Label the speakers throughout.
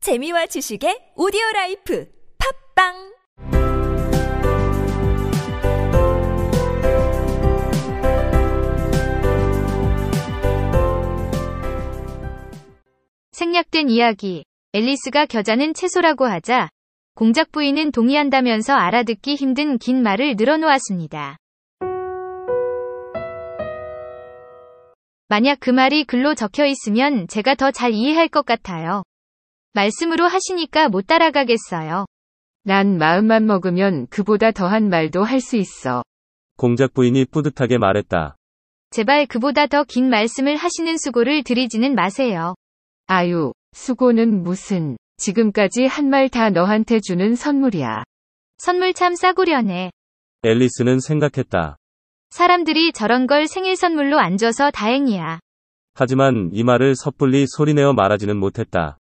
Speaker 1: 재미와 지식의 오디오 라이프 팝빵
Speaker 2: 생략된 이야기. 앨리스가 겨자는 채소라고 하자 공작 부인은 동의한다면서 알아듣기 힘든 긴 말을 늘어놓았습니다. 만약 그 말이 글로 적혀 있으면 제가 더 잘 이해할 것 같아요. 말씀으로 하시니까 못 따라가겠어요.
Speaker 3: 난 마음만 먹으면 그보다 더한 말도 할 수 있어.
Speaker 4: 공작 부인이 뿌듯하게 말했다.
Speaker 2: 제발 그보다 더 긴 말씀을 하시는 수고를 드리지는 마세요.
Speaker 3: 아유, 수고는 무슨, 지금까지 한 말 다 너한테 주는 선물이야.
Speaker 2: 선물 참 싸구려네.
Speaker 4: 앨리스는 생각했다.
Speaker 2: 사람들이 저런 걸 생일 선물로 안 줘서 다행이야.
Speaker 4: 하지만 이 말을 섣불리 소리내어 말하지는 못했다.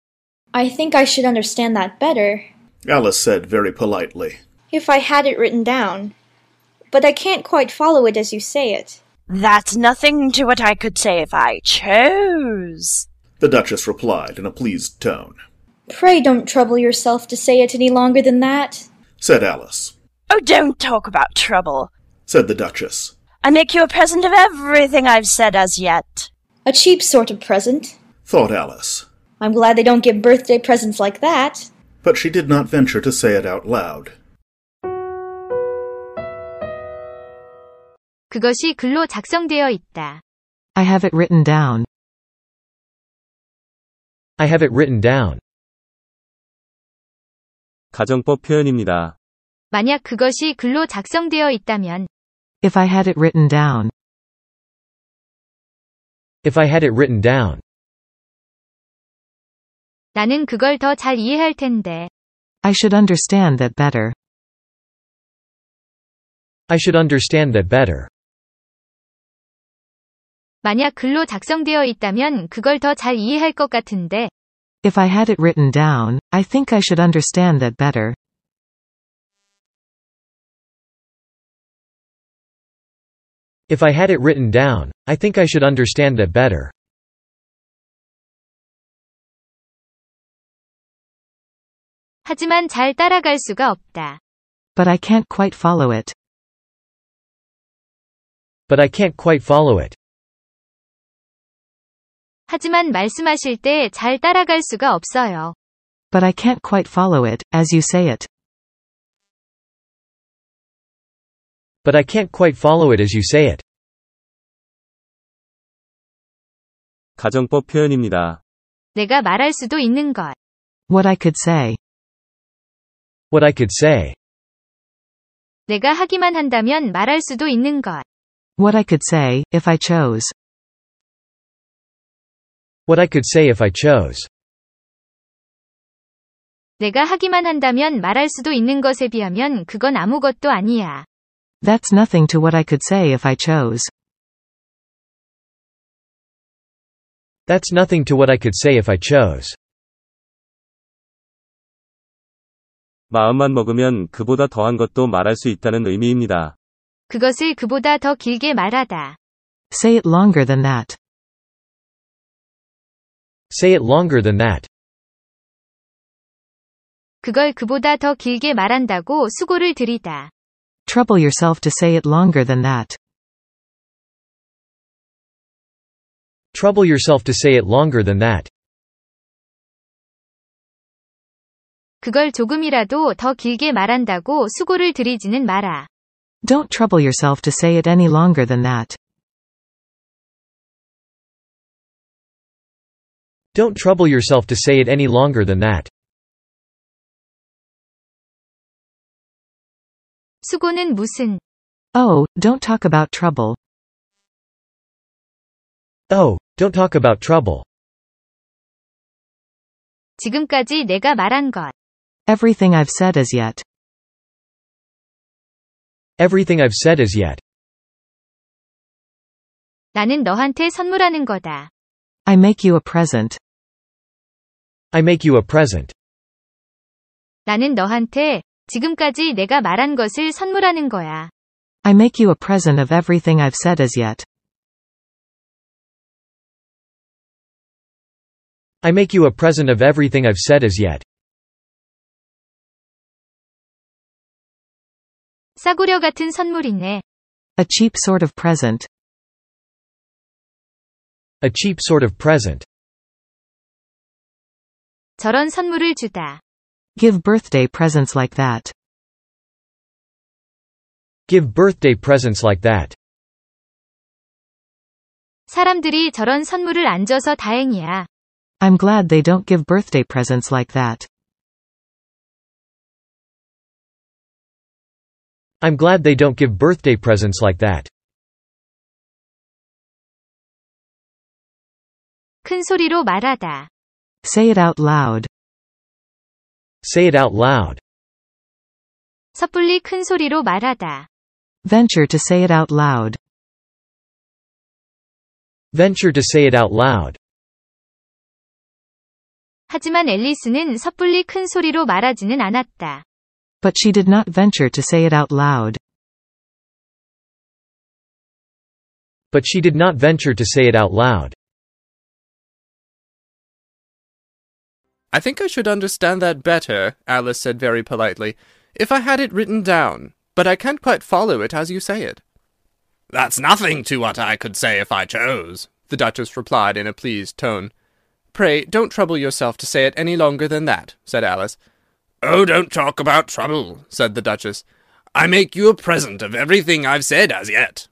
Speaker 5: I think I should understand that better
Speaker 6: Alice said very politely.
Speaker 5: if I had it written down. But I can't quite follow it as you say it.
Speaker 7: That's nothing to what I could say if I chose.
Speaker 6: The Duchess replied in a pleased tone.
Speaker 5: Pray don't trouble yourself to say it any longer than that.
Speaker 6: Said Alice.
Speaker 7: Oh, don't talk about trouble.
Speaker 6: Said the Duchess.
Speaker 7: I make you a present of everything I've said as yet.
Speaker 5: A cheap sort of present.
Speaker 6: Thought Alice.
Speaker 5: I'm glad they don't give birthday presents like that.
Speaker 6: But she did not venture to say it out loud.
Speaker 2: 그것이 글로 작성되어 있다.
Speaker 8: I have it written down.
Speaker 9: I have it written down.
Speaker 4: 가정법 표현입니다.
Speaker 2: 만약 그것이 글로 작성되어 있다면
Speaker 8: If I had it written down,
Speaker 9: If I had it written down,
Speaker 2: 나는 그걸 더 잘 이해할 텐데.
Speaker 8: I should understand that better.
Speaker 9: I should understand that better.
Speaker 2: 만약 글로 작성되어 있다면 그걸 더 잘 이해할 것 같은데.
Speaker 8: If I had it written down, I think I should understand that better.
Speaker 9: If I had it written down, I think I should understand that better.
Speaker 2: 하지만 잘 따라갈 수가 없다.
Speaker 8: But I can't quite follow it.
Speaker 9: But I can't quite follow it.
Speaker 2: 하지만 말씀하실 때 잘 따라갈 수가 없어요.
Speaker 8: But I can't quite follow it, as you say it.
Speaker 9: But I can't quite follow it as you say it.
Speaker 4: 가정법 표현입니다.
Speaker 2: 내가 말할 수도 있는 것.
Speaker 8: What I could say.
Speaker 9: What I could say.
Speaker 2: 내가 하기만 한다면 말할 수도 있는 것.
Speaker 8: What I could say, if I chose.
Speaker 9: What I could say if I chose.
Speaker 2: 내가 하기만 한다면 말할 수도 있는 것에 비하면 그건 아무것도 아니야.
Speaker 8: That's nothing to what I could say if I chose.
Speaker 9: That's nothing to what I could say if I chose.
Speaker 4: 마음만 먹으면 그보다 더한 것도 말할 수 있다는 의미입니다.
Speaker 2: 그것을 그보다 더 길게 말하다.
Speaker 8: Say it longer than that.
Speaker 9: Say it longer than that.
Speaker 2: 그걸 그보다 더 길게 말한다고 수고를 드리다.
Speaker 8: Trouble yourself to say it longer than that.
Speaker 9: Trouble yourself to say it longer than that.
Speaker 2: 그걸 조금이라도 더 길게 말한다고 수고를 드리지는 마라.
Speaker 8: Don't trouble yourself to say it any longer than that.
Speaker 9: Don't trouble yourself to say it any longer than that.
Speaker 2: 수고는 무슨,
Speaker 8: Oh, don't talk about trouble.
Speaker 9: Oh, don't talk about trouble.
Speaker 2: 지금까지 내가 말한 것,
Speaker 8: Everything I've said as yet.
Speaker 9: Everything I've said as yet.
Speaker 2: 나는 너한테 선물하는 거다.
Speaker 8: I make you a present.
Speaker 9: I make you a present.
Speaker 2: 나는 너한테 지금까지 내가 말한 것을 선물하는 거야.
Speaker 8: I make you a present of everything I've said as yet.
Speaker 9: I I make you a present of everything I've said as yet.
Speaker 2: 싸구려 같은 선물이네.
Speaker 8: A cheap sort of present.
Speaker 9: A cheap sort of present.
Speaker 2: 저런 선물을 주다.
Speaker 8: Give birthday presents like that.
Speaker 9: Give birthday presents like that.
Speaker 2: 사람들이 저런 선물을 안 줘서 다행이야.
Speaker 8: I'm glad they don't give birthday presents like that.
Speaker 9: I'm glad they don't give birthday presents like that.
Speaker 2: 큰 소리로 말하다.
Speaker 8: Say it out loud.
Speaker 9: Say it out loud.
Speaker 2: 섣불리 큰 소리로 말하다.
Speaker 8: Venture to say it out loud.
Speaker 9: Venture to say it out loud.
Speaker 2: 하지만 앨리스는 섣불리 큰 소리로 말하지는 않았다.
Speaker 8: But she did not venture to say it out loud.
Speaker 9: But she did not venture to say it out loud.
Speaker 10: I think I should understand that better, Alice said very politely, if I had it written down, but I can't quite follow it as you say it. That's nothing to what I could say if I chose, the Duchess replied in a pleased tone. Pray don't trouble yourself to say it any longer than that, said Alice. Oh, don't talk about trouble, said the Duchess. I make you a present of everything I've said as yet.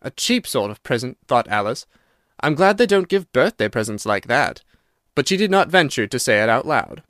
Speaker 10: A cheap sort of present, thought Alice. I'm glad they don't give birthday presents like that. But she did not venture to say it out loud.